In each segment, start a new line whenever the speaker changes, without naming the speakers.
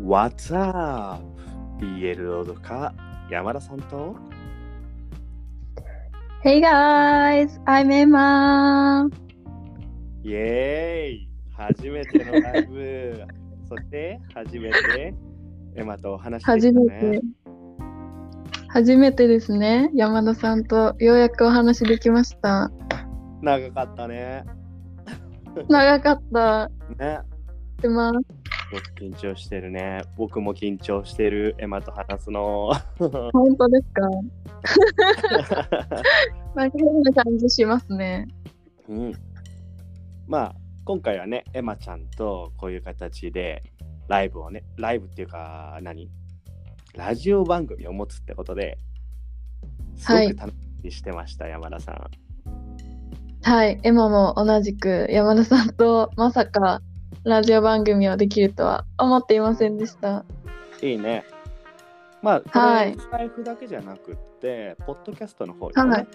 What's up? BL ロードか山田さんと
Hey guys, I'm Emma.
イエーイ初めてのライ ブそして初めてエマとお話しで
初
きた
め
ね
て。初めてですね。山田さんとようやくお話できました。
長かったね。
長かった。
ね。
でます
ごく緊張してるね。僕も緊張してるエマと話すの。
本当ですか なんか変な感じしますね。
うん、まあ今回はねエマちゃんとこういう形でライブをねライブっていうか何ラジオ番組を持つってことですご
はい
く楽しみにしてました、山田さん。
はい、エマも同じく山田さんとまさかラジオ番組をできるとは思っていませんでした。
いいね。まあ、こ
は
れ
い
ライフだけじゃなくって、ポッドキャストの方でもね、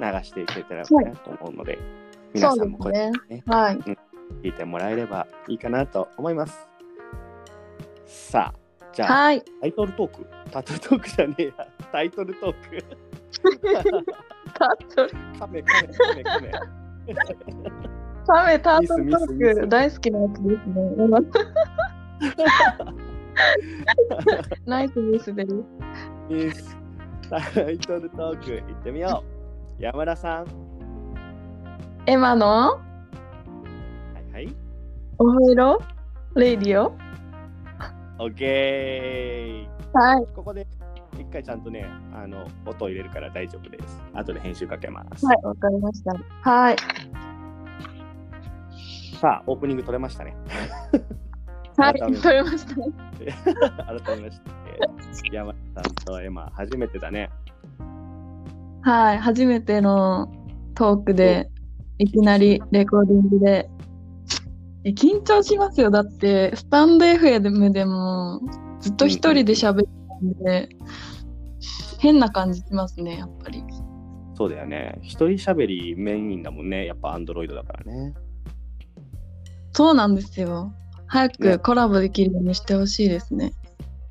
流していけたら
はい
ねと思うので、皆
そう
さん
で
もこ
す
れ
ね
ね。
はい。
聞いてもらえればいいかなと思います。さあ、じゃあ、
はい。
タイトルトークタトゥートークじゃねえや。タイトルトーク。
タトル
カメカメカメカメ。
カメタートルト
ミスミ
ー
ス
ク大好きなやつですね。今ナイスミスです。
よしタイトルトーク行ってみよう。山田さん。
エマの
はいはい。
お風呂レディオ
オッケ
はい。
ー。ここで一回ちゃんとね、あの音を入れるから大丈夫です。後で編集かけます。
はい、わかりました。はい。
さあ、オープニング取れましたね。
は
改め
い、
て
取れました。
改めまして、山田さんとエマ、初めてだね。
はい、初めてのトークで、いきなりレコーディングで。え緊張しますよ。だって、スタンド FM でも、ずっと一人で喋ってたんで、変な感じしますね、やっぱり。
そうだよね。一人喋りメインだもんね。やっぱアンドロイドだからね。
そうなんですよ。早
ね
くコラボできるようにしてほしいですね。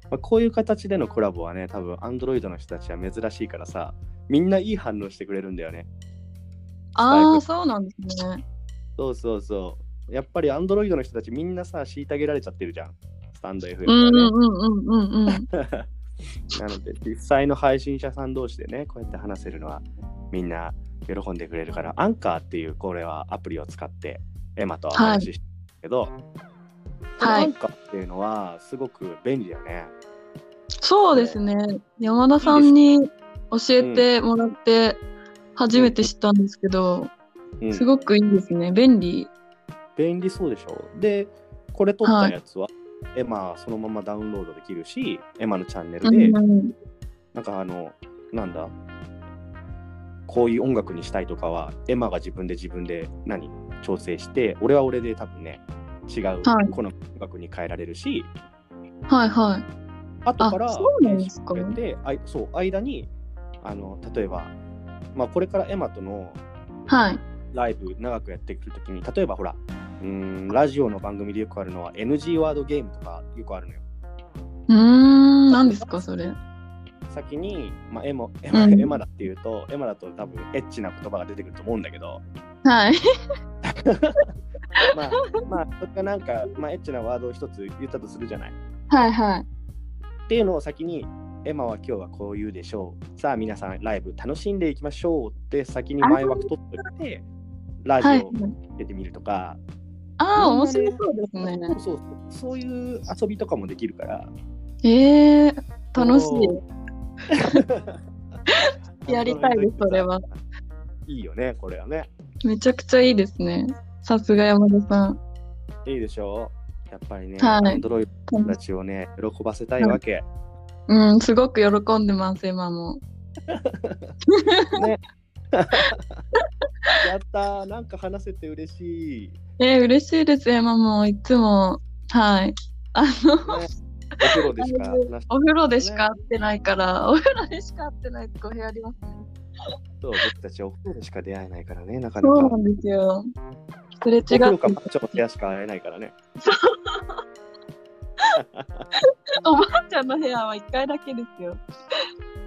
まあ、こういう形でのコラボはね、多分アンドロイドの人たちは珍しいからさ、みんないい反応してくれるんだよね。
ああ、そうなんですね。
そうそうそう。やっぱりアンドロイドの人たちみんなさ、虐げられちゃってるじゃん。スタンド FM はね。
うんうんうんうんうんうん。
なので、実際の配信者さん同士でね、こうやって話せるのは、みんな喜んでくれるから、アンカーっていう、これはアプリを使って、エマとはお話ししてるけど、この
はい
アンカーっていうのは、すごく便利だよね。
そうですね。山田さんに教えてもらって初めて知ったんですけど、
うん
すごくいいですね。便利。
便利そうでしょでこれ撮ったやつは、エマそのままダウンロードできるしエマのチャンネルで、
うん
なんかあのなんだこういう音楽にしたいとかはエマが自分で自分で何調整して俺は俺で多分ね違う、
はい
この音楽に変えられるし
はいはい。
後から
あそうなんですか
編集してあいそう間にあの例えば、まあ、これからエマとの
はい。
ライブ長くやってくるときに例えばほらうーんラジオの番組でよくあるのは NG ワードゲームとかよくあるのよ
うーん、何ですか、それ。
先に、まあ、エモエマ
うん
エマだっていうとエマだと多分エッチな言葉が出てくると思うんだけど
はい。
まあまあそれがなんか、まあ、エッチなワードを一つ言ったとするじゃない
はいはい。
っていうのを先にエマは今日はこう言うでしょうさあ皆さんライブ楽しんでいきましょうって先に前枠取っておいてラジ
はい
オ。出てみるとか、
あ
み
あ、
んな
面
で
白そうですね。
そうそうそういう遊びとかもできるから
ええー、楽しい。
い
やりたいですそれは。
いいよね、これはね。
めちゃくちゃいいですね。さすが山田さん。
いいでしょう。やっぱりね、
はい
アンドロイドたちをね、喜ばせたいわけ。
うん、すごく喜んでます、今も。
ね。やったー、なんか話せて嬉 しい。ね、
えー、嬉しいです、今も。いつも。はい。あの、
お風呂でしか話して
お風呂でしか会ってないから、 お風呂でしか会ってないとお部屋ありますね。
そう僕たちお風呂でしか出会えないからね、なかなか。
そうなんですよ。すれ違
お
って
風呂かマッチョの部屋しか会えないからね。
おばあちゃんの部屋は一回だけですよ。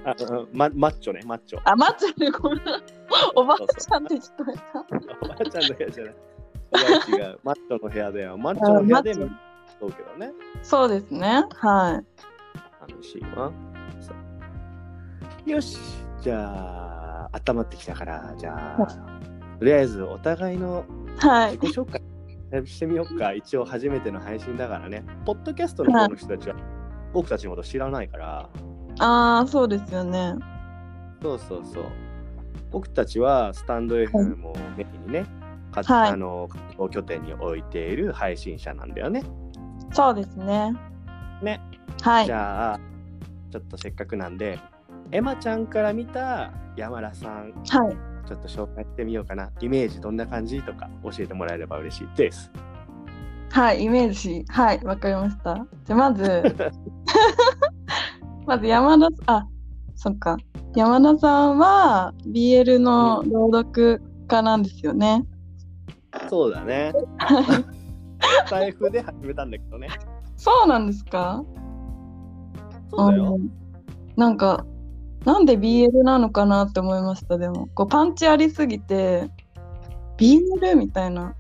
あうんママッチョね、マッチョ。
あ、待ってね、ごめん。おばあちゃんって聞こえた。
おばあちゃんの部屋じゃない。おばあ違う。マッチョの部屋だよ。マッチョの部屋で
あマッチョ
そうけどね。
そうですね。は
楽しいわ。さよし。じゃあ、温まってきたから、じゃあ、とりあえずお互いの
い。は
自
い。
己紹介してみようか。一応初めての配信だからね。ポッドキャストの方の人たちは僕たちのこと知らないから。
ああ、そうですよね。
そうそうそう。僕たちはスタンド FM をメインにね、か
はい
あの活動拠点に置いている配信者なんだよね。
そうですね。
ね。
はい
じ。ゃあちょっとせっかくなんでエマちゃんから見た山田さん
はい。
ちょっと紹介してみようかなイメージどんな感じとか教えてもらえれば嬉しいです
はい、イメージ。はい、わかりました。じゃあ、まず、 まず山田さん、あ、そっか。山田さんは BL の朗読家なんですよね。
そうだね財布で始めたんだけどね
そうなんですか
そうだ
あ
よ
のなんか、なんで BL なのかなって思いました、でも。こうパンチありすぎて、BL? みたいな。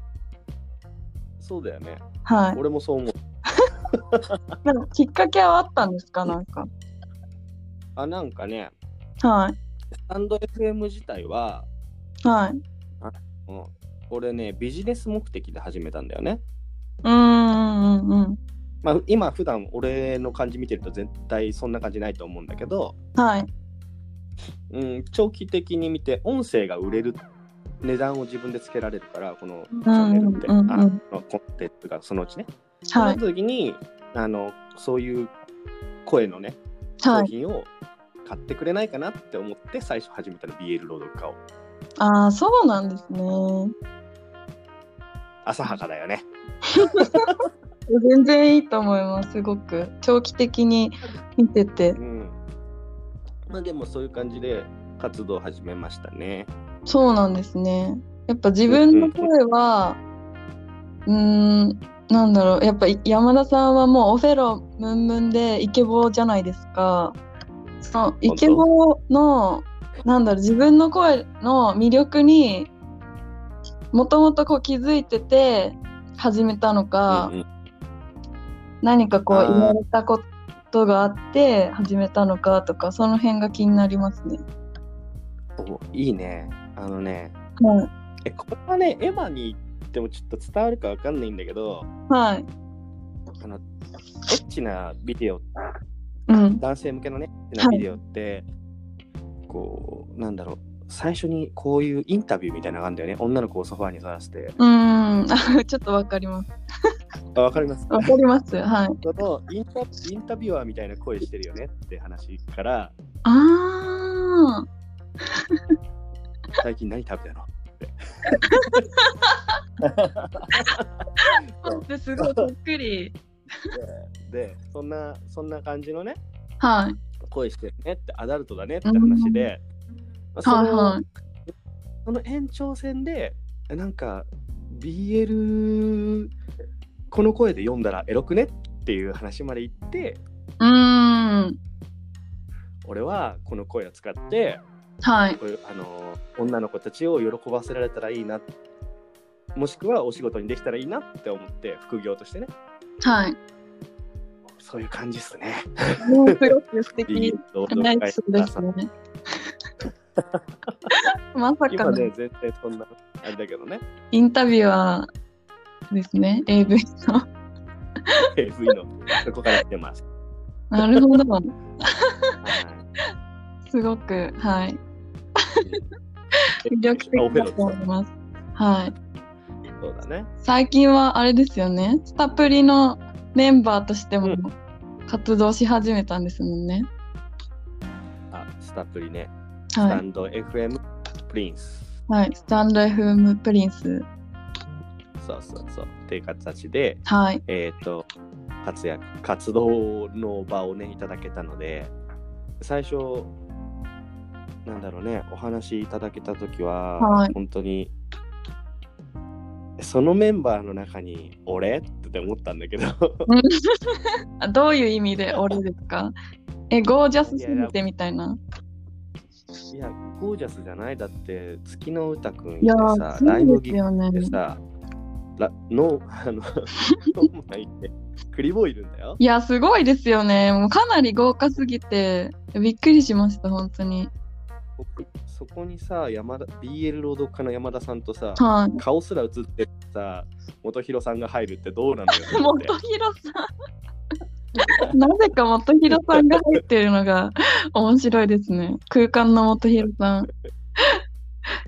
そうだよね
はい。
俺もそう思う
なんかきっかけはあったんですか、なんか。
あなんかね
は
スタンド FM 自体は、
い。はい。
うん、俺ねビジネス目的で始めたんだよね
うーん、うん、うん。
まあ今普段俺の感じ見てると絶対そんな感じないと思うんだけど、
はい。
うん、長期的に見て音声が売れる値段を自分でつけられるからこの
うん
チャンネルって、
うんうん
あのコンテンツがそのうちね、そ
はい。
の時にあのそういう声のね
は
商
い。
品を買ってくれないかなって思って最初始めたの BL 朗読家を
ああ、そうなんですね。
浅はかだよね
全然いいと思います、すごく。長期的に見てて
う。んまあでもそういう感じで活動を始めましたね
そうなんですね。やっぱ自分の声は、うーん、なんだろう、やっぱ山田さんはもうオフェロムンムンでイケボじゃないですか。そのイケボの、なんだろう、自分の声の魅力にもともとこう気づいてて始めたのか、
うんうん
何かこう
あー
言われたことがあって始めたのかとか、その辺が気になりますね。
おいいねあのね
はい。
えこれはねエマに言ってもちょっと伝わるかわかんないんだけど
はい。
あのエッチなビデオ
うん。
男性向けのねエッチ
は
ないビデオって、こうなんだろう最初にこういうインタビューみたいなのがあるんだよね女の子をソファーに座らせて
うーん、 ちょっとわかります。
あわかります
わかります。はい。
そのインタインタビュアーみたいな声してるよねって話から
ああ、
最近何食べたの
待ってすごいそっくり。
ででそんなそんな感じのね
はい。
声してるねってアダルトだねって話で、まあそ
はい
の
はい。
その延長線でなんか BL この声で読んだらエロくねっていう話まで行って
うーん。
俺はこの声を使って
はい。
こういうあの女の子たちを喜ばせられたらいいなもしくはお仕事にできたらいいなって思って副業としてね
はい。
そういう感じっすね。
もうすごく素敵
BL 同
な
窓
エピ
会
ソードですね。 まさか
今
の
ね全然そんなあれだけどね
インタビュアーですね。AV の。
AV のそこから来てます。
なるほど。
はい
すごく、はい。魅力的
オフェ
だ
ロ
と思います。はい。
そうだね。
最近はあれですよねスタプリのメンバーとして
う
も
ん
活動し始めたんですもんね、
あスタプリね。スタ
はい
ンド FM プリンス。
はいスタンド FM プリンス
そうそうそう。っていう形で、
はい
えっ、と、活躍、活動の場をね、いただけたので、最初、なんだろうね、お話いただけたときは、
はい
本当に、そのメンバーの中に俺って思ったんだけど
あどういう意味で俺ですかえ、ゴージャスすぎてみたいな。
いやゴージャスじゃないだって月の歌くんい
い
て
や
さ
ー、
ライ
そ
ブ
う
ギ
ですよね
っ。てさラノーあの ノーマイってクリボーいるんだよ
いや、すごいですよね。もうかなり豪華すぎて、びっくりしました、本当に。
僕そこにさ山田 BL 朗読家の山田さんとさ
はい、
顔すら映ってさ元弘さんが入るってどうなんだよと思って
元弘さんなぜか元弘さんが入ってるのが 面白いですね空間の元弘さん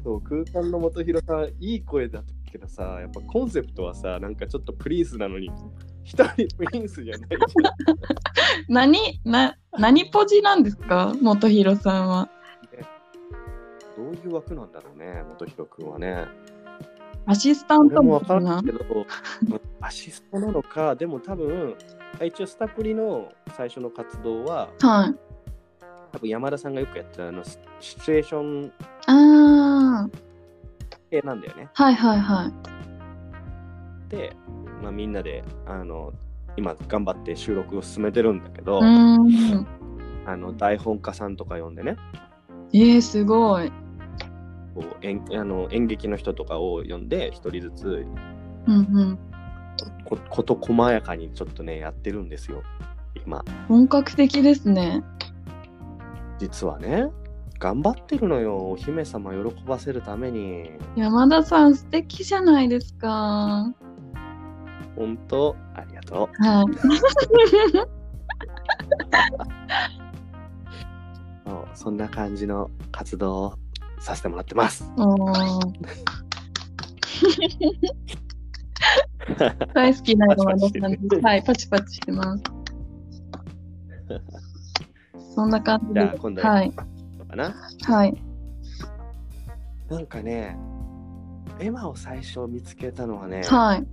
そう空間の元弘さんいい声だったけどさやっぱコンセプトはさなんかちょっとプリンスなのに一人プリンスじ ゃないじゃん
何な何ポジなんですか元弘さんは
どういう枠なんだろうね、元宏君はね。
アシスタン
俺
ト
も
も
分から
な
ないけど、うんアシストなのか、でも多分、あ一応スタプリの最初の活動は、
はい
多分山田さんがよくやってるあのシシチュエーション
あー
系なんだよね。
はいはいはい
で、まあ、みんなで、あの、今頑張って収録を進めてるんだけど、
うーん
あの台本家さんとか呼んでね
えー、すごい
こう演あの演劇の人とかを呼んで一人ずつ
うんうん
ここと細やかにちょっとねやってるんですよ今
本格的ですね
実はね頑張ってるのよお姫様喜ばせるために
山田さん素敵じゃないですか
本当ありがと
はい
うそうそんな感じの活動をさせてもらってます
おー大好きなのはロッカーですはい、パチパチしてます。そんな感じ
じ
で
ゃあ今度
は、
はいかな
はい。
なんかねエマを最初見つけたのはね、
はい。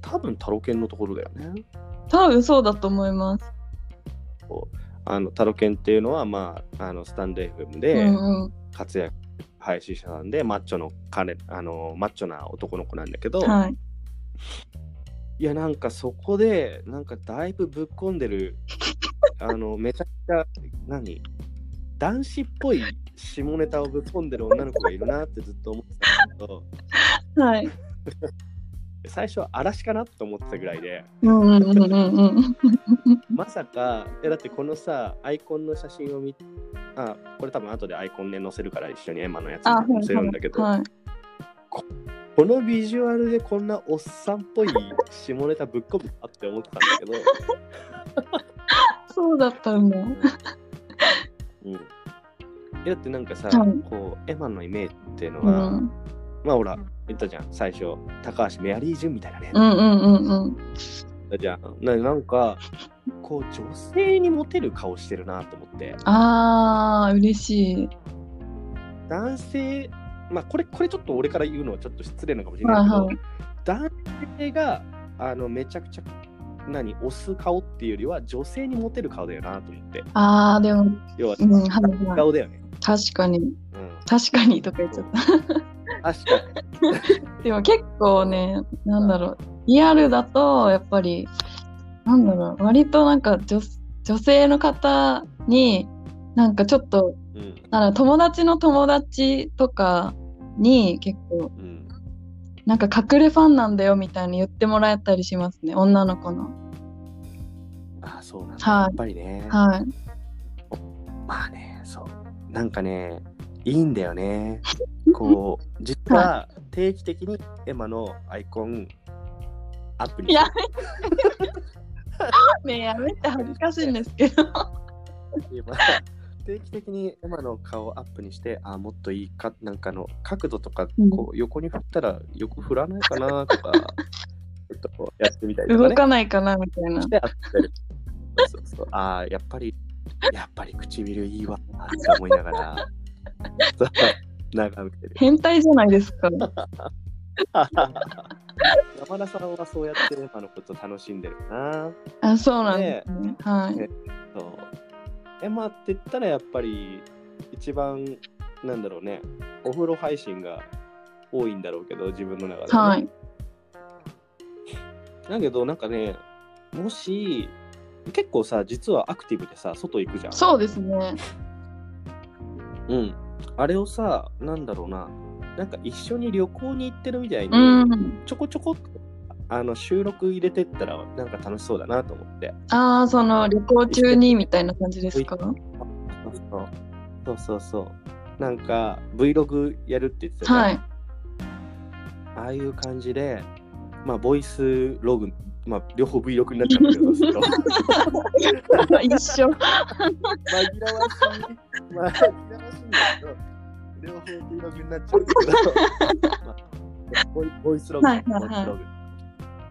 多分タロケンのところだよね
多分そうだと思います。
あのタロケンっていうのは、まあ、あのスタンド FM で
うんうん。
活躍配信者なんで、マッチョの彼あのマッチョな男の子なんだけど、
はい。
いやなんかそこでなんかだいぶぶっこんで るあのめちゃくちゃ何男子っぽい下ネタをぶっこんでる女の子がいるなってずっと思ってたんだけど
はい。
最初は嵐かなと思ってたぐらいで
うんうんうんうんうん。
まさかえだってこのさアイコンの写真を見あこれ多分後でアイコンで載せるから一緒にエマのやつ
あ、
に
は
載
い
せるんだけど、
はい。
このビジュアルでこんなおっさんっぽい下ネタぶっこむなって思ってたんだけど。
そうだったんだ。
う ん、えだってなんかさ、
はい
こうエマのイメージっていうの
う
は、
ん。
まあほら言ったじゃん最初高橋メアリージュンみたいなね、
うんうんうんうん。
だじゃんななんかこう女性にモテる顔してるなと思って
あー、嬉しい。
男性まあこれこれちょっと俺から言うのはちょっと失礼なのかもしれないけど、
はい
男性があのめちゃくちゃ何押す顔っていうよりは女性にモテる顔だよなと思って
あー、でも、
要は、
うん、はいはい。
顔だよね、
確かに。
うん、
確かにとか言っちゃった。
確かに
でも結構ね、なんだろう、リアルだと、やっぱり、なんだろう、割となんか女女性の方に、なんかちょっと、
うん
なんだろう友達の友達とかに、結構、
うん
なんか隠れファンなんだよみたいに言ってもらえたりしますね、女の子の。
ああそうなんだ、
はい
やっぱりね、
はい。
まあね、そう。なんかね、いいんだよね。こ う、実は定期的にエマのアイコンアップに
いやねえやめて恥ずかしいんです けど。
今定期的にエマの顔をアップにして、あ、もっといいか、なんかの角度とか、
うん
こう横に振ったら横振らないかな とか、ちょっとこうやってみたりとか、
動
ね。
かないかなみたいな
し。てアップしてる。そうそうそうああ、やっぱり、やっぱり唇いいわって思いながら、そう眺めて る。
変態じゃないです か。
山田さんはそうやってエマのこと楽しんでるな。
あ、そうなんですね。はい。
そうエマって言ったらやっぱり一番なんだろうね、お風呂配信が多いんだろうけど、自分の中で、ね。
はい。
だけど、なんかね、もし、結構さ、実はアクティブでさ、外行くじゃん。
そうですね。
うん。あれをさ、なんだろうな、なんか一緒に旅行に行ってるみたいに、
うん。
ちょこちょこっとあの収録入れてったら、なんか楽しそうだなと思って。
ああ、その旅行中にみたいな感じですか
そうそうそうそう。なんか Vlog やるって言ってたじゃん
はい。
ああいう感じで、まあ、ボイスログ、まあ、両方 Vlog になっちゃうんだけど、そうする と
一緒。
紛らわしい、まあ、紛らわしいんだけど、両方 Vlog になっちゃうんだ けど、まあ、ボイボイスログ、
はいはいはい
ボイスログ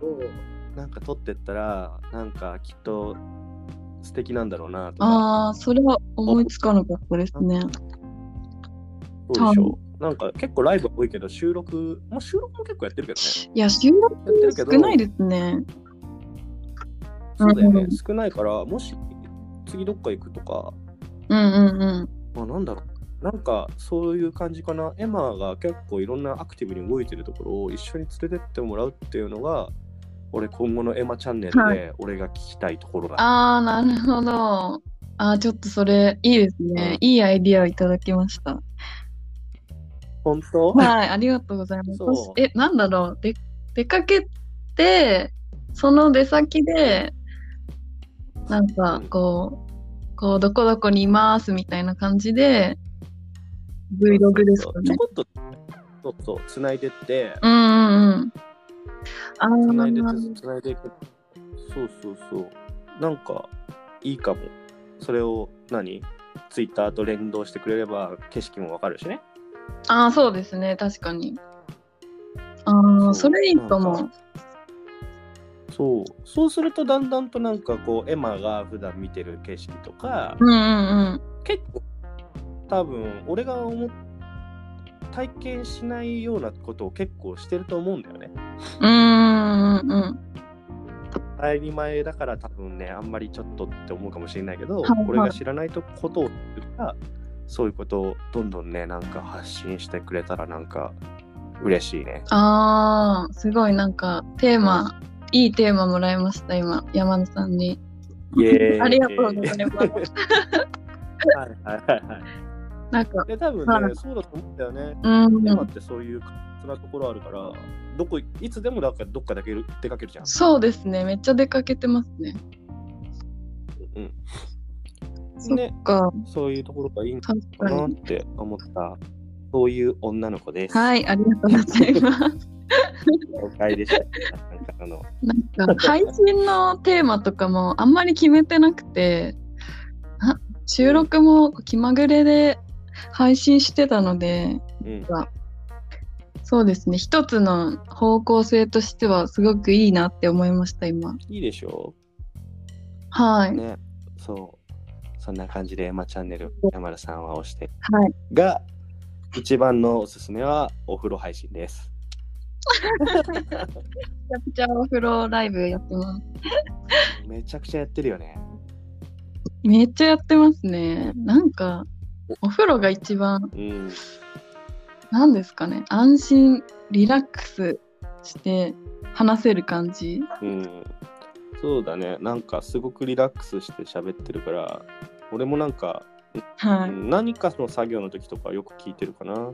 をなんか撮ってったら、なんかきっと素敵なんだろうなとか、
ああ、それは思いつかなかったですね。
そうでしょう。なんか結構ライブ多いけど、収録、まあ、収録も結構やってるけどね。
いや、収録
やってるけど
少ないですね。
そうだよね
う、ん
少ないから、もし次どっか行くとか、
うんうんうん。
まあ、なんだろう、なんかそういう感じかな、エマが結構いろんなアクティブに動いてるところを一緒に連れてってもらうっていうのが、俺、今後のエマチャンネル
は
で俺が聞きたいところだ。
ああ、なるほど。ああ、ちょっとそれ、いいですね。いいアイディアをいただきました。
本当、
はい、ありがとうございます。
そう
え、なんだろう。で出かけて、その出先で、なんか
うん、
こう、こう、どこどこにいますみたいな感じで、Vlog ですか
ちょ
ね。
こっと、そうそう、つないでって、
うんうんうん。あ
つないで
ー
て、つないでいく。そうそうそう。なんか、いいかも。それを何、ツイッターと連動してくれれば、景色もわかるしね。
あー、そうですね。確かに。ああ、それいいと
な
思
んそうそうするとだんだんとなんかこうエマが普段見てる景色とか
う。うんうんうん。
結構多分俺が思っ体験しないようなことを結構してると思うんだよね。
うーんうんうん。
当たり前だから多分ねあんまりちょっとって思うかもしれないけど、
はいはい
俺が知らないとことを知るからそういうことをどんどんねなんか発信してくれたらなんか嬉しいね。
ああ、すごいなんかテーマ、いいテーマもらいました、今、山田さんに。
イエーイ
ありがとうご ざいま
は
す。
い はいはいはい。
なんか、
で多分
は
ね
い
そうだと思うんだよね。
うん、
山ってそういうそんなところあるから、どこいつでもなんかどっかだけ出かけるじゃん。
そうですね、めっちゃ出かけてますね。
うん、
そ
ね、
っか、
そういうところがいいの
確
か
か
なっ
に。
て思った、そういう女の子です。い、
はい、ありがとうござ います。
了解でした。なんかあの
なんか、配信のテーマとかもあんまり決めてなくて、あ収録も気まぐれで配信してたので、
うん、
そうですね、一つの方向性としてはすごくいいなって思いました、今。
いいでしょ
は
う。
い。
ね、そう。そんな感じで、まあ、チャンネル、山田さんは押して。
はい。
が、一番のおすすめはお風呂配信です。
めちゃくちゃお風呂ライブやってます。
めちゃくちゃやってるよね。
めっちゃやってますね。なんか、お風呂が一番、
うん。
なんですかね、安心、リラックスして話せる感じ。
うん、そうだねなんかすごくリラックスして喋ってるから俺もなんか、
はい。
うん何かの作業の時とかよく聞いてるかな、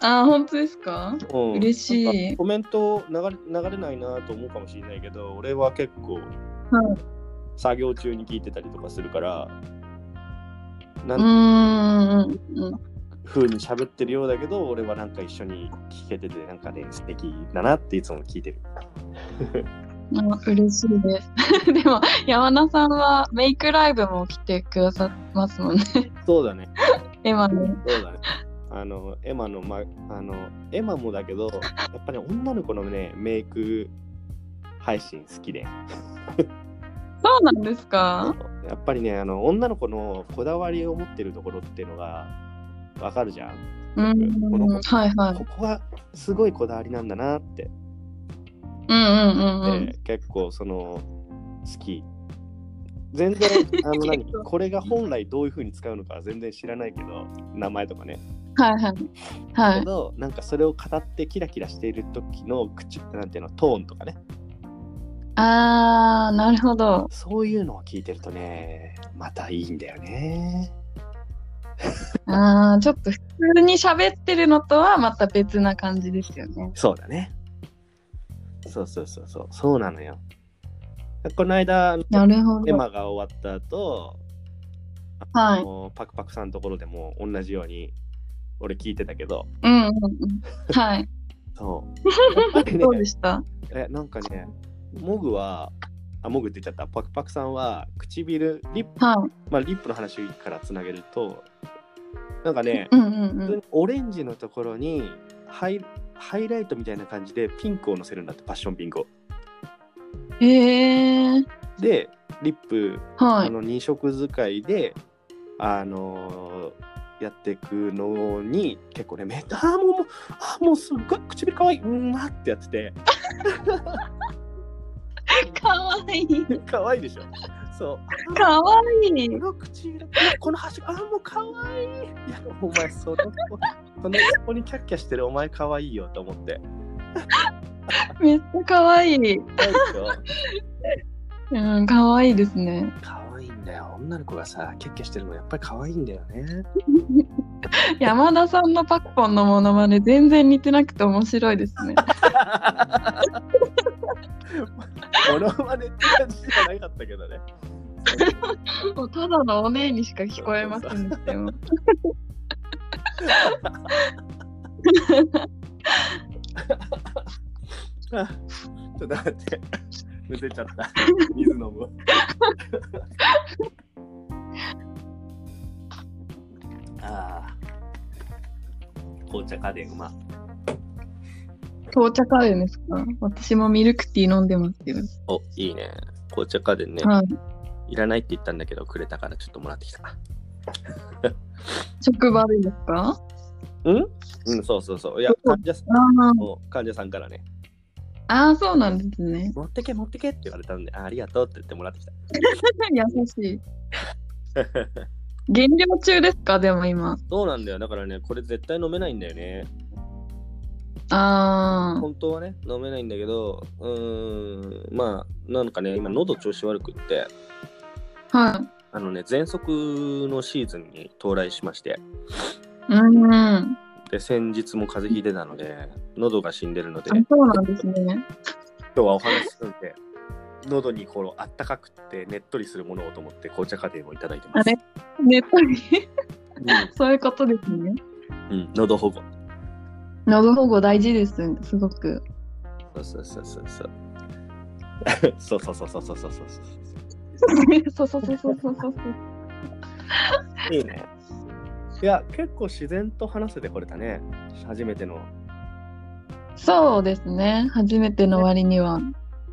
あー、本当ですか
うん、
嬉しい
なんかコメント流れ流れないなと思うかもしれないけど俺は結構、作業中に聞いてたりとかするからな
うんー
か
ん。うん
風に喋ってるようだけど俺はなんか一緒に聞けててなんかね素敵だなっていつも聞いてる
あ嬉しいです。 でも、山田さんはメイクライブも来てくださってますもんね。
そうだね
今ね。
そう だね。あの、エマの、ま、あの、エマもだけど、やっぱり女の子のね、メイク配信好きで。
そうなんですか
やっぱりね、あの、女の子のこだわりを持ってるところっていうのが、わかるじゃん。
うー
この
ん。
子
はいはい
こ。こは、すごいこだわりなんだなって、
うんうんうんうん
で。結構、その、好き。全 然、あの何
結構
これが本来どういう風に使うのかは全然知らないけど、名前とかね。
はいはい。は
け
い。
ど、なんかそれを語ってキラキラしている時の口なんていうのトーンとかね
あー、なるほど。
そういうのを聞いてるとねまたいいんだよね
あー、ちょっと普通に喋ってるのとはまた別な感じですよね。
そうだねそうそうそうそうそうなのよこの間
なるほ
エ
ど。
マが終わった後、
は
あ
い。
のパクパクさんのところでも同じように俺聞いてたけど
うんうんうん。 はい。
そうやっぱりね
どうでした
えなんかねモグはあモグって言っちゃったパクパクさんは唇リップ、
は
まあ、リップの話からつなげるとなんかね
い。うんう
普
んう
通
ん。
にオレンジのところにハイハイライトみたいな感じでピンクをのせるんだってパッションピンクを
へえー。
でリップ
は
あ
い。
の2色使いで、あのーやっていくのに結構ねめあーもうもうあーもうすっごい唇かわいいうまってやってて
かわいい。
かわいいでしょそう
かわいい。
この唇この端あーもうかわいいいやお前その子その子にキャッキャしてるお前かわいいよと思って
めっちゃかわいい。
かわいいでしょ
うん、かわいいですね。
可愛いんだよ女の子がさキャッキャしてるのやっぱり可愛いんだよね
山田さんのパクポンのモノマネ全然似てなくて面白いですね。
モノマネって感じじゃなかったけどね
もうただのお姉にしか聞こえませんでしたよ。
ちょっと待ってむせちゃった水飲むわあー紅茶家電うま
紅茶カレーですか 私もミルクティー飲んでますけど。
おいいね紅茶家電ね
はい。
いらないって言ったんだけどくれたからちょっともらってきた
職場でですか
うんうんそうそうそういや患者さん
あー
もう患者さんからね
あー、そうなんですね。
持ってけ持ってけって言われたんであありがとうって言ってもらってきた
優しい。減量中ですかでも今。
そうなんだよだからねこれ絶対飲めないんだよね
あー。
本当はね飲めないんだけどうーんまあなんかね今喉調子悪くって
はい。
あのね喘息のシーズンに到来しまして
うんうん。あ、
で先日も風邪ひいてたので喉が死んでるので
そうなんですね。
今日はお話しするんで喉にこのあったかくってねっとりするものをと思って紅茶家庭をいただいてます
あれねっとりそういうことですね。
うん、うん、喉保護
喉保護大事です、すごく。
そうそうそうそう そうそうそうそうそうそうそう
そうそうそうそうそうそう。
いいね。いや、結構自然と話せてこれたね。初めての
そうですね、初めての割には。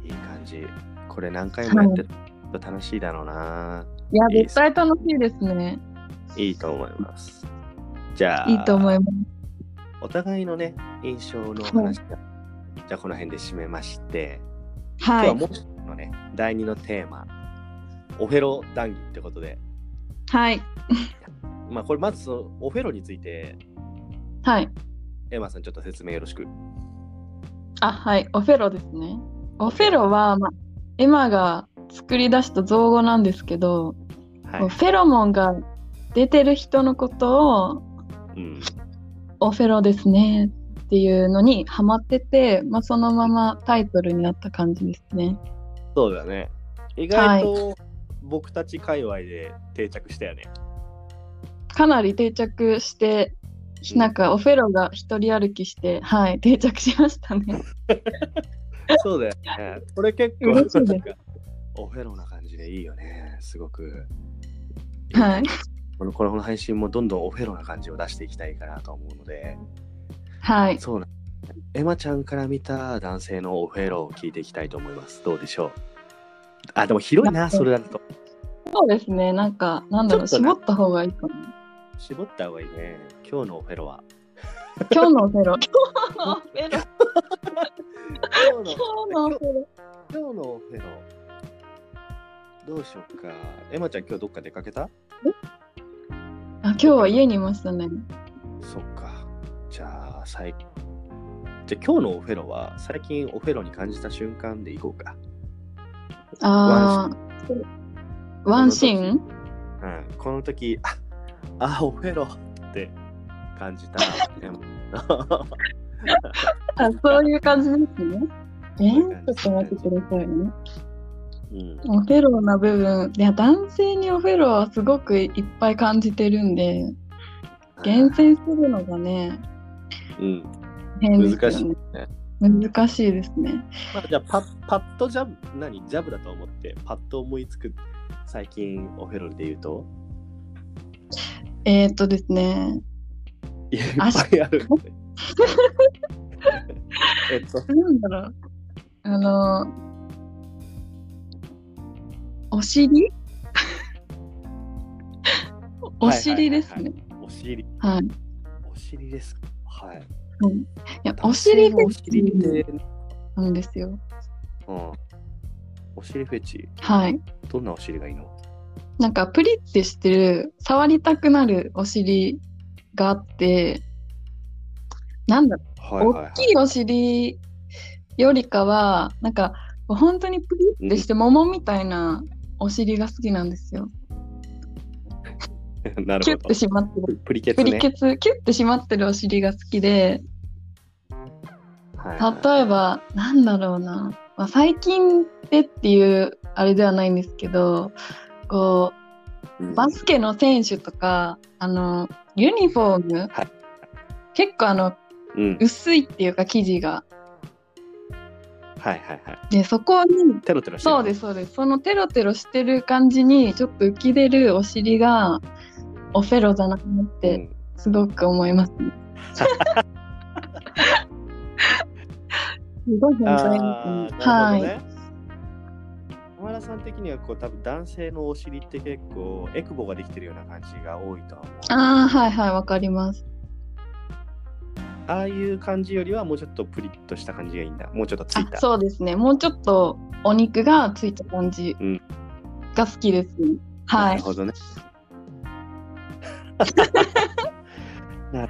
いい感じ。これ何回もやってると楽しいだろうな。
いや、
いいっ
絶
す
対楽しいですね。
いいと思います。じゃあ、
いいと思いま
お互いのね、印象の話だじゃあ、この辺で締めまして、
す。
今
は
日
い。
はもう一つのね、第2のテーマ、オフェロ談義ってことで、
はい。
まあ、これまずそのオフェロについて、
はい。
エマさんちょっと説明よろしく。
あ、はい。オフェロですね。オフェロは、まあ、エマが作り出した造語なんですけど、
はい
こう。フェロモンが出てる人のことを
うん、
オフェロですねっていうのにハマってて、まあ、そのままタイトルになった感じですね。
そうだね。意外と僕たち界隈で定着したよね。
かなり定着して、
うん
なんかオフェロが一人歩きして、はい、定着しました ね。
そうだよね。これ結構
嬉しいね
なんかオフェロな感じでいいよね。すごく。
はい。
このこの配信もどんどんオフェロな感じを出していきたいかなと思うので、
はい。
そうなんエマちゃんから見た男性のオフェロを聞いていきたいと思います。どうでしょうあ、でも広いな、それだと。
そうですね。なんか、なんだろう、
ちょっとね
絞った方がいいかな。
絞った方がいいね。今日のオフェロは。
今日のオフェロ。今日のオフェロ。
今
今日のオフェロ。
今日のオフェロどうしようかエマちゃん今日どっか出かけた
あ、今日は家にいましたね。
そっかああ、最近。じゃあ今日のオフェロは、最近オフェロに感じた瞬間でいこうか。
ああ、ワンシ
う
ーン
ん、この時、ああ、オフェロって感じた。 でも
あそういう感じですね。え
ー
ー、
ち
ち
ょ
ょ
っ
っ
と待
と待
っ
って
く
てくださいね。
うん、
オフェロな部分、いや、男性にオフェロはすごくいっぱい感じてるんで、厳選するのがね、
うん。
変ですよね
難しいね
難しいですね。
まあ、じゃあパ、パッとジャブ、何ジャブだと思って、パッと思いつく、最近オフェロで言うと、
えー、っとですね、
いやいっ
あ
ぱいあ る。えっと、
なんだろう、あの、お尻お尻ですね。
お尻、
はい。
お尻ですか。はい。
いや、お尻フ
男性のお
ェ
尻っ
チ
て、
なんですよ。
うん。お尻フェチ、
はい。
どんなお尻がいいの
なんかプリってしてる触りたくなるお尻があってなんだろ
は
う、
いはい、は
大
い。
きいお尻よりかはなんか本当にプリってして桃みたいなお尻が好きなんですよ。
な
キュ
る
ッ
ほ
て
ど。
締まってる、
プリケツ
プ
ね。
リケツキュッて締まってるお尻が好きで
はいはい、
例えばなんだろうな、まあ、最近でっていうあれではないんですけどこう
うん
バスケの選手とか、あの、ユニフォーム、
はい
結構あの、
うん。
薄いっていうか生地が。
はいはいはい。
で、そこに、
テロテロしてる
そうです、そうです。そのテロテロしてる感じに、ちょっと浮き出るお尻が、オフェロだなっ
う
て、
ん
すごく思 いますね。すごい変態です
あ
ね
ーな
は
る
い
ほど。ね。浜田さん的にはこう多分男性のお尻って結構エクボができてるような感じが多いとは思う。
ああ、はいはい、わかります。
ああいう感じよりはもうちょっとプリッとした感じがいいんだ。もうちょっとつい
あ
た。
そうですね。もうちょっとお肉がついた感じ
うん
が好きです、ねは
ないる。ほ どね。な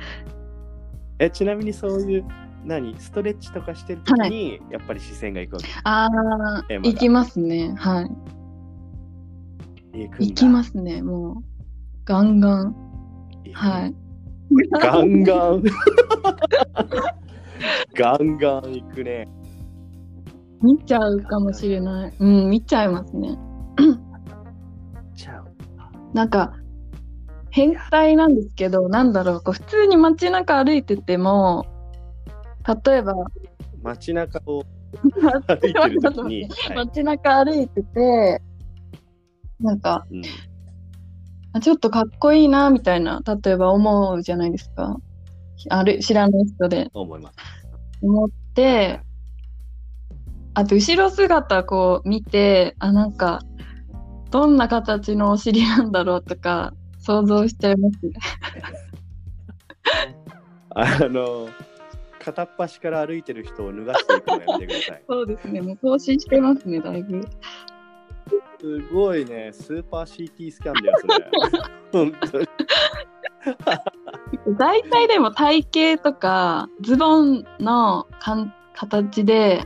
えちなみにそういう何ストレッチとかしてる時に、やっぱり視線が行くわけ
あ
え
あ、
まだ
行きますね。はい。
行くんだ
行きますね。もう、ガンガン。
行く
はい。
ガンガンガンガン行くね。
見ちゃうかもしれない。うん、見ちゃいますね。
ちゃう。
なんか、変態なんですけど、なんだろう、こう普通に街中歩いてても、例えば、
街中 を歩いてる時に、はい
街中歩いてて、なんか、
うん
あちょっとかっこいいな、みたいな、例えば思うじゃないですか。ある知らない人で。
思います。
思って、あと後ろ姿こう見て、あ、なんか、どんな形のお尻なんだろうとか、想像しちゃいますね。
あの片っ端から歩いてる人を脱がしていくのやめてください。
そうですね、もう更新してますね、だいぶ。
すごいね、スーパー CT スキャンだよ、それ。 本当に。
大体でも体型とか、ズボンのかん形で、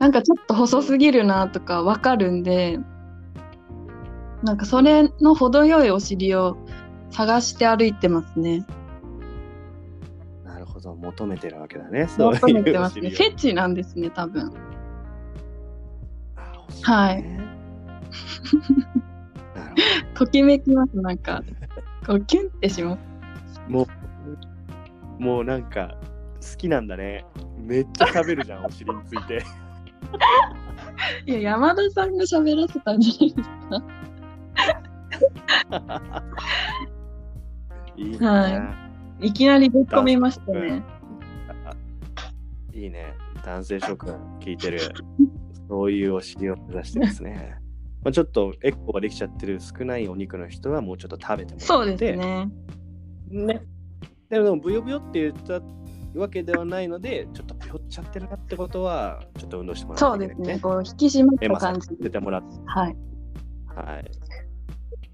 なんかちょっと細すぎるなとかわかるんで、なんかそれの程よいお尻を探して歩いてますね。
なるほど、求めてるわけだね。そう
求め
い
て
うお
ますね。
尻を
フェチなんですね、多分。
あお尻ね
はい
なる
ときめきます、なんか。こうキュンってします。
ほど。もうなんか、好きなんだね。めっちゃ喋るじゃん、お尻につい て。
いや、山田さんが喋らせたんじゃないです
いいね。
はか。いきなりぶっ込みましたね。
い、いね。男性諸君、聞いてる。そういうお尻を目指してです ね。まあ、ちょっとエコができちゃってる少ないお肉の人はもうちょっと食べてもらって
そうですね。
ね。でも、ブヨブヨって言ったわけではないので、ちょっとブヨっちゃってるなってことは、ちょっと運動してもら
そう
わなきゃい
で
け
す
ない
ね。。こう、引き締まっ
エ
た
マさん
感
に
じ。
出てもらって、
はい。
はい。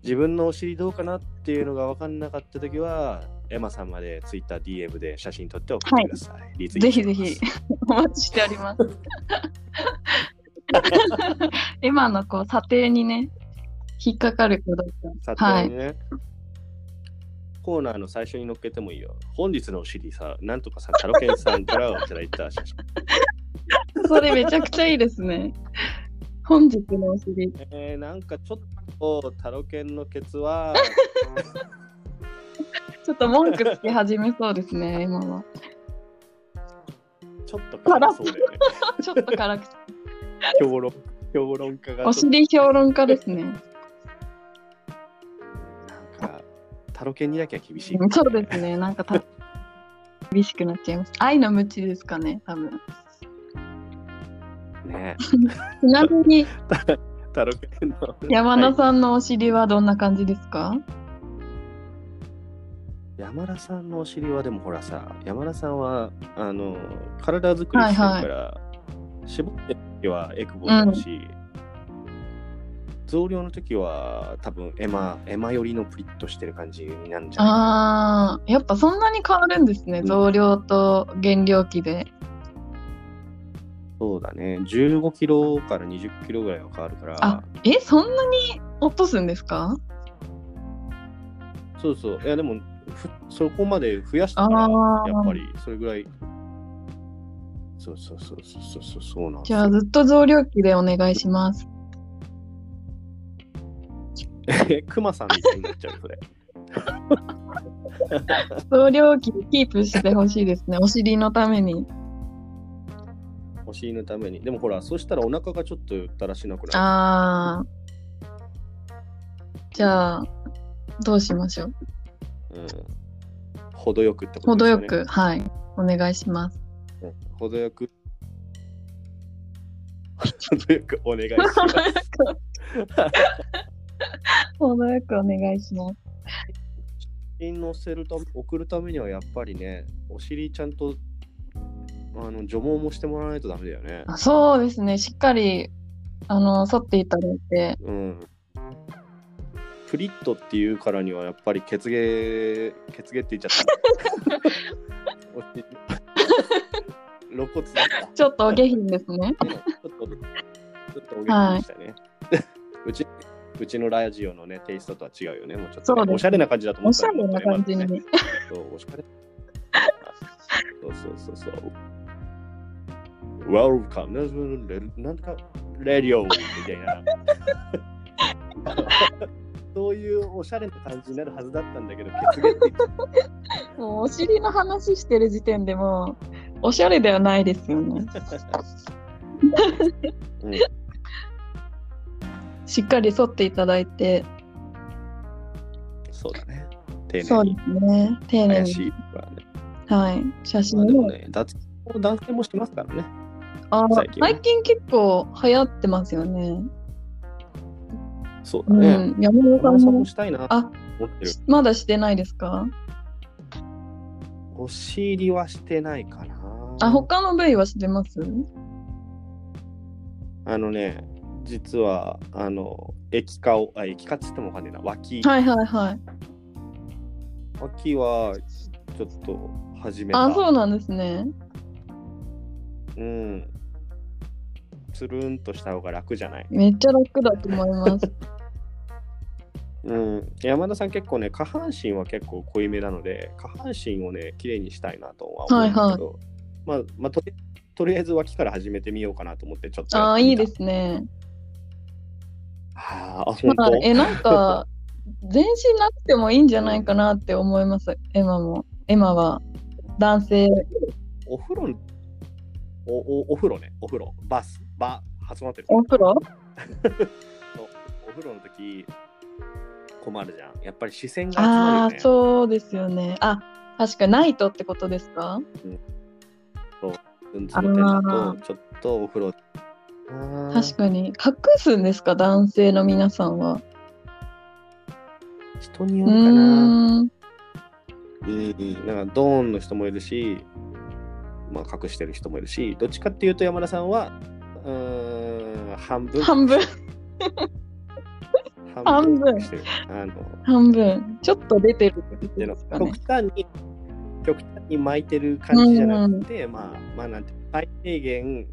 自分のお尻どうかなっていうのが分かんなかったときは、エマさんまでツイッター DM で写真撮って送ってください。リツイ
ぜ
ート
ひ
し
ぜ
ます
ひ。、お待ちしており ます。今のこう、査定にね、引っかかる子だっ
さて
た。はい。
ね、コーナーの最初に載っけてもいいよ。本日のお尻さ、なんとかさん、カロケンさんからいただいた写真。
それめちゃくちゃいいですね。本日のお尻。
えー、 なんかちょっとタロケンのケツ は、
ちょっと文句つけ始めそうですね、今は。
ちょっと辛そうだよね。
ちょっと辛口。
評論評論家が
お
ちょっ
尻評論家ですね。
となんかタロケンにだけは厳しい。
そうですね、なんかた厳しくなっちゃいます。愛の無知ですかね、多分。
ね。
ちなみに、
タロケンの。
山
は
田
い
さんのお尻はどんな感じですか、
山田さんのお尻はでもほらさ山田さんはあの体作りしてるから、絞ってる時はエクボになるし、増量の時は多分エマエマ寄りのプリッとしてる感じになるんじゃない
あー、やっぱそんなに変わるんですね、
うん
増量と減量期で。
そうだね15キロから20キロぐらいは変わるから
あえ、そんなに落とすんですか
そうそういやでもふそこまで増やしたから
あー
やっぱりそれぐらいそうそうそうそうそうそうなんです
じ
よ
ゃあ、ずっと増量期でお願いします。
えクマさんみたいになっちゃうそれ
増量期キープしてほしいですね、お尻のために。
お尻のために。でもほら、そしたらお腹がちょっとだらしなくなる。
あー。じゃあ、どうしましょう。
うん、程よくってこと
程
ですよ
よ
ね。
く、はい、お願いします。
うん。程よく。程よくお願いします。
程よくお願いします。
写真載せるため送るためにはやっぱりね、お尻ちゃんとあの除毛もしてもらわないとダメだよね。
あそうですね、しっかり、あの、剃っていただいて、
うん。プリットっていうからにはやっぱり血芸、血芸って言っちゃ った。お尻露骨だった。
ちょっとお下品ですね。
ちょっと、ちょっとお元気でしたね。 うち、うちのラジオのね、テイストとは違うよね。もうちょっとね、
そうです
おしゃれな感じだと思
お
っ
したゃ
ら
れな感じに。。
そう、おしゃれ。そうそうそうそう。Welcome, なんとか、レディオみたいな。 そういうおしゃれな感じになるはずだったんだけど、血芸って言っちゃった
もうお尻の話してる時点でもう、おしゃれではないです よね。
うん
しっかり剃っていただいて、
そうだね。丁
そ
寧に
うで。すね、丁寧
怪
に、
しいわね。
はい、写真
まあで
を
も。ね、脱毛男性もしてますからね。
あ
最近は
最近結構流行ってますよね。
そうだ
う
ね。
ん、山
山
本さん
田さん
も
もしたいなと
あ
思ってる。
まだしてないですか
お尻はしてないかな。
あ、他の部位はしてます
あのね、実は、あの、液化を、あ、液化っつってもわかんねえな。脇、
はいはいはい。
脇は、ちょっと始めた。
あ、そうなんですね。
うん。つるんとした方が楽じゃない。
めっちゃ楽だと思い ます。
うん。山田さん結構ね、下半身は結構濃いめなので、下半身をね、綺麗にしたいなとは思うんだけど、まあ、まあ、とりとりあえず脇から始めてみようかなと思って、ちょっとや
あ
っ
ー、
てみた。
いいですね。
あーあ、本当。
はい、え、なんか、全身なくてもいいんじゃないかなって思います、エマも。エマは。男性。
お風呂おおお風呂ね、お風呂、バス、バ、集まってる。
お風呂
お風呂の時困るじゃん。やっぱり視線が集ま
あ
るよね
あ、。そうですよね。あ、確かナイトってことですか
うんつの点だ
あ
と、ちょっとお風呂。
確
確
かに。隠すんですか男性の皆さんは。
人に
う
よるかな。
ーん。
うん、なんかドーンの人もいるし、まあ、隠してる人もいるし、どっちかっていうと山田さんは、うーん、半分、
半分。
半分してる。あの
半分。ちょっと出てるってこと
で
で
の
すかね
極。端に極端に巻いてる感じじゃなくて、まあまあなんて最低限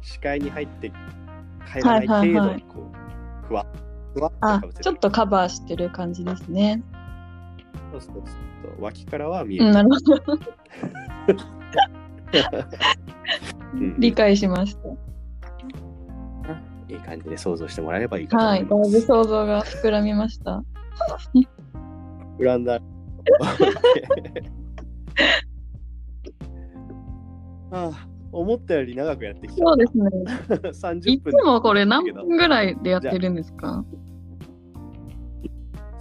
視界に入って入らない
はいはい
程
はい
度にこうふわふわっと
あ
かぶせ、て
ちょっとカバーしてる感じですね。
そうそうそうそう脇からは見え
うん、
る、
なるほど。
うん
理解しました。
いい感じで想像してもらえればいいかと
は
思
い、
い
だい
ま
ぶ
す。
想像が膨らみました。
膨らんだ。 ああ思ったより長くやってきた。
そうですね。い
30
つ
分
もこれ何分ぐらいでやってるんですか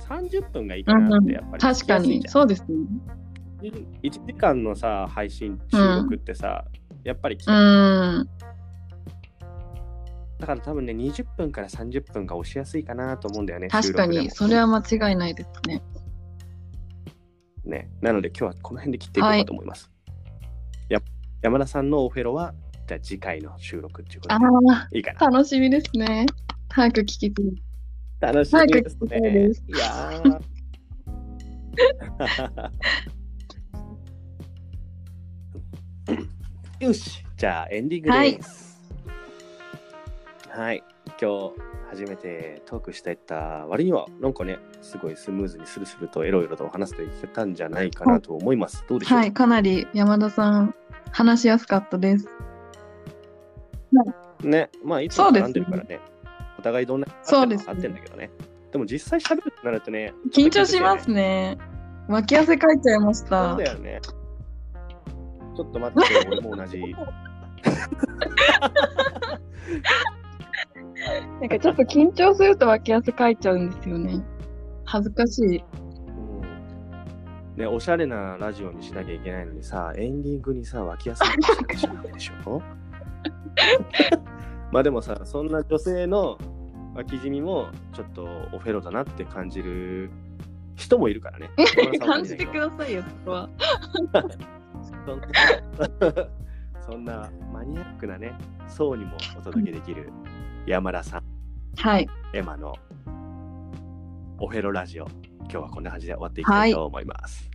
30分がいいうか
ん
な
う
ってやっぱ
ん。
り
確かに、そうですね。
1時間のさ配信収録ってさ、やっぱりき、
うん。
だから多分ね20分から30分が押しやすいかなと思うんだよね
確か
収録でも
に、それは間違いないですね。
ねなので今日はこの辺で切っていこうかと思います、や山田さんのオフェロはじゃあ次回の収録っていうこ
あ
とで
あ、
いいかな
楽しみですね。早く聞きたい。
楽しみです
早く聞きたいで
ね
す
いやーよしじゃあエンディングですはい、今日初めてトークしていった割にはなんかねすごいスムーズにスルスルとエロエロとお話していけたんじゃないかなと思いますどうでしょうか、
はい、かなり山田さん、話しやすかったです。
ねまあいつ
そ
も
うです
絡んでるからねお互いどんな
そうです
あってんだけどねでも実際喋るとなるとね
緊張します
ね
ね。脇汗かいちゃいまし
そ
た
うだ。よねちょっと待 って俺も同じ
なんかちょっと緊張すると脇汗かいちゃうんですよね。恥ずかしい。
うんね、おしゃれなラジオにしなきゃいけないのにさ、エンディングにさ、脇汗にしなきゃいけないでし ょまあでもさ、そんな女性の脇染みもちょっとオフェロだなって感じる人もいるからね。
感じてくださいよ、そこは。
そんなそんなマニアックなね、層にもお届けできる山田さん、
はい。
エマのオフェロラジオ、今日はこんな感じで終わっていきたいと思います。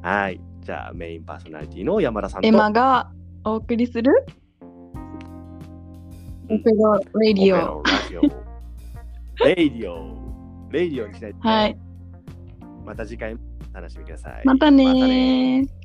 はい、じゃあメインパーソナリティの山田さんと
エマがお送りする、
うん
オペラレ
オ
デ
フ
ィ
ェ
オ。
ロ ラジオ、レイディオ、レイディオにしないとね、
はい。
また次回もお楽しみください。
またね
またね
ー。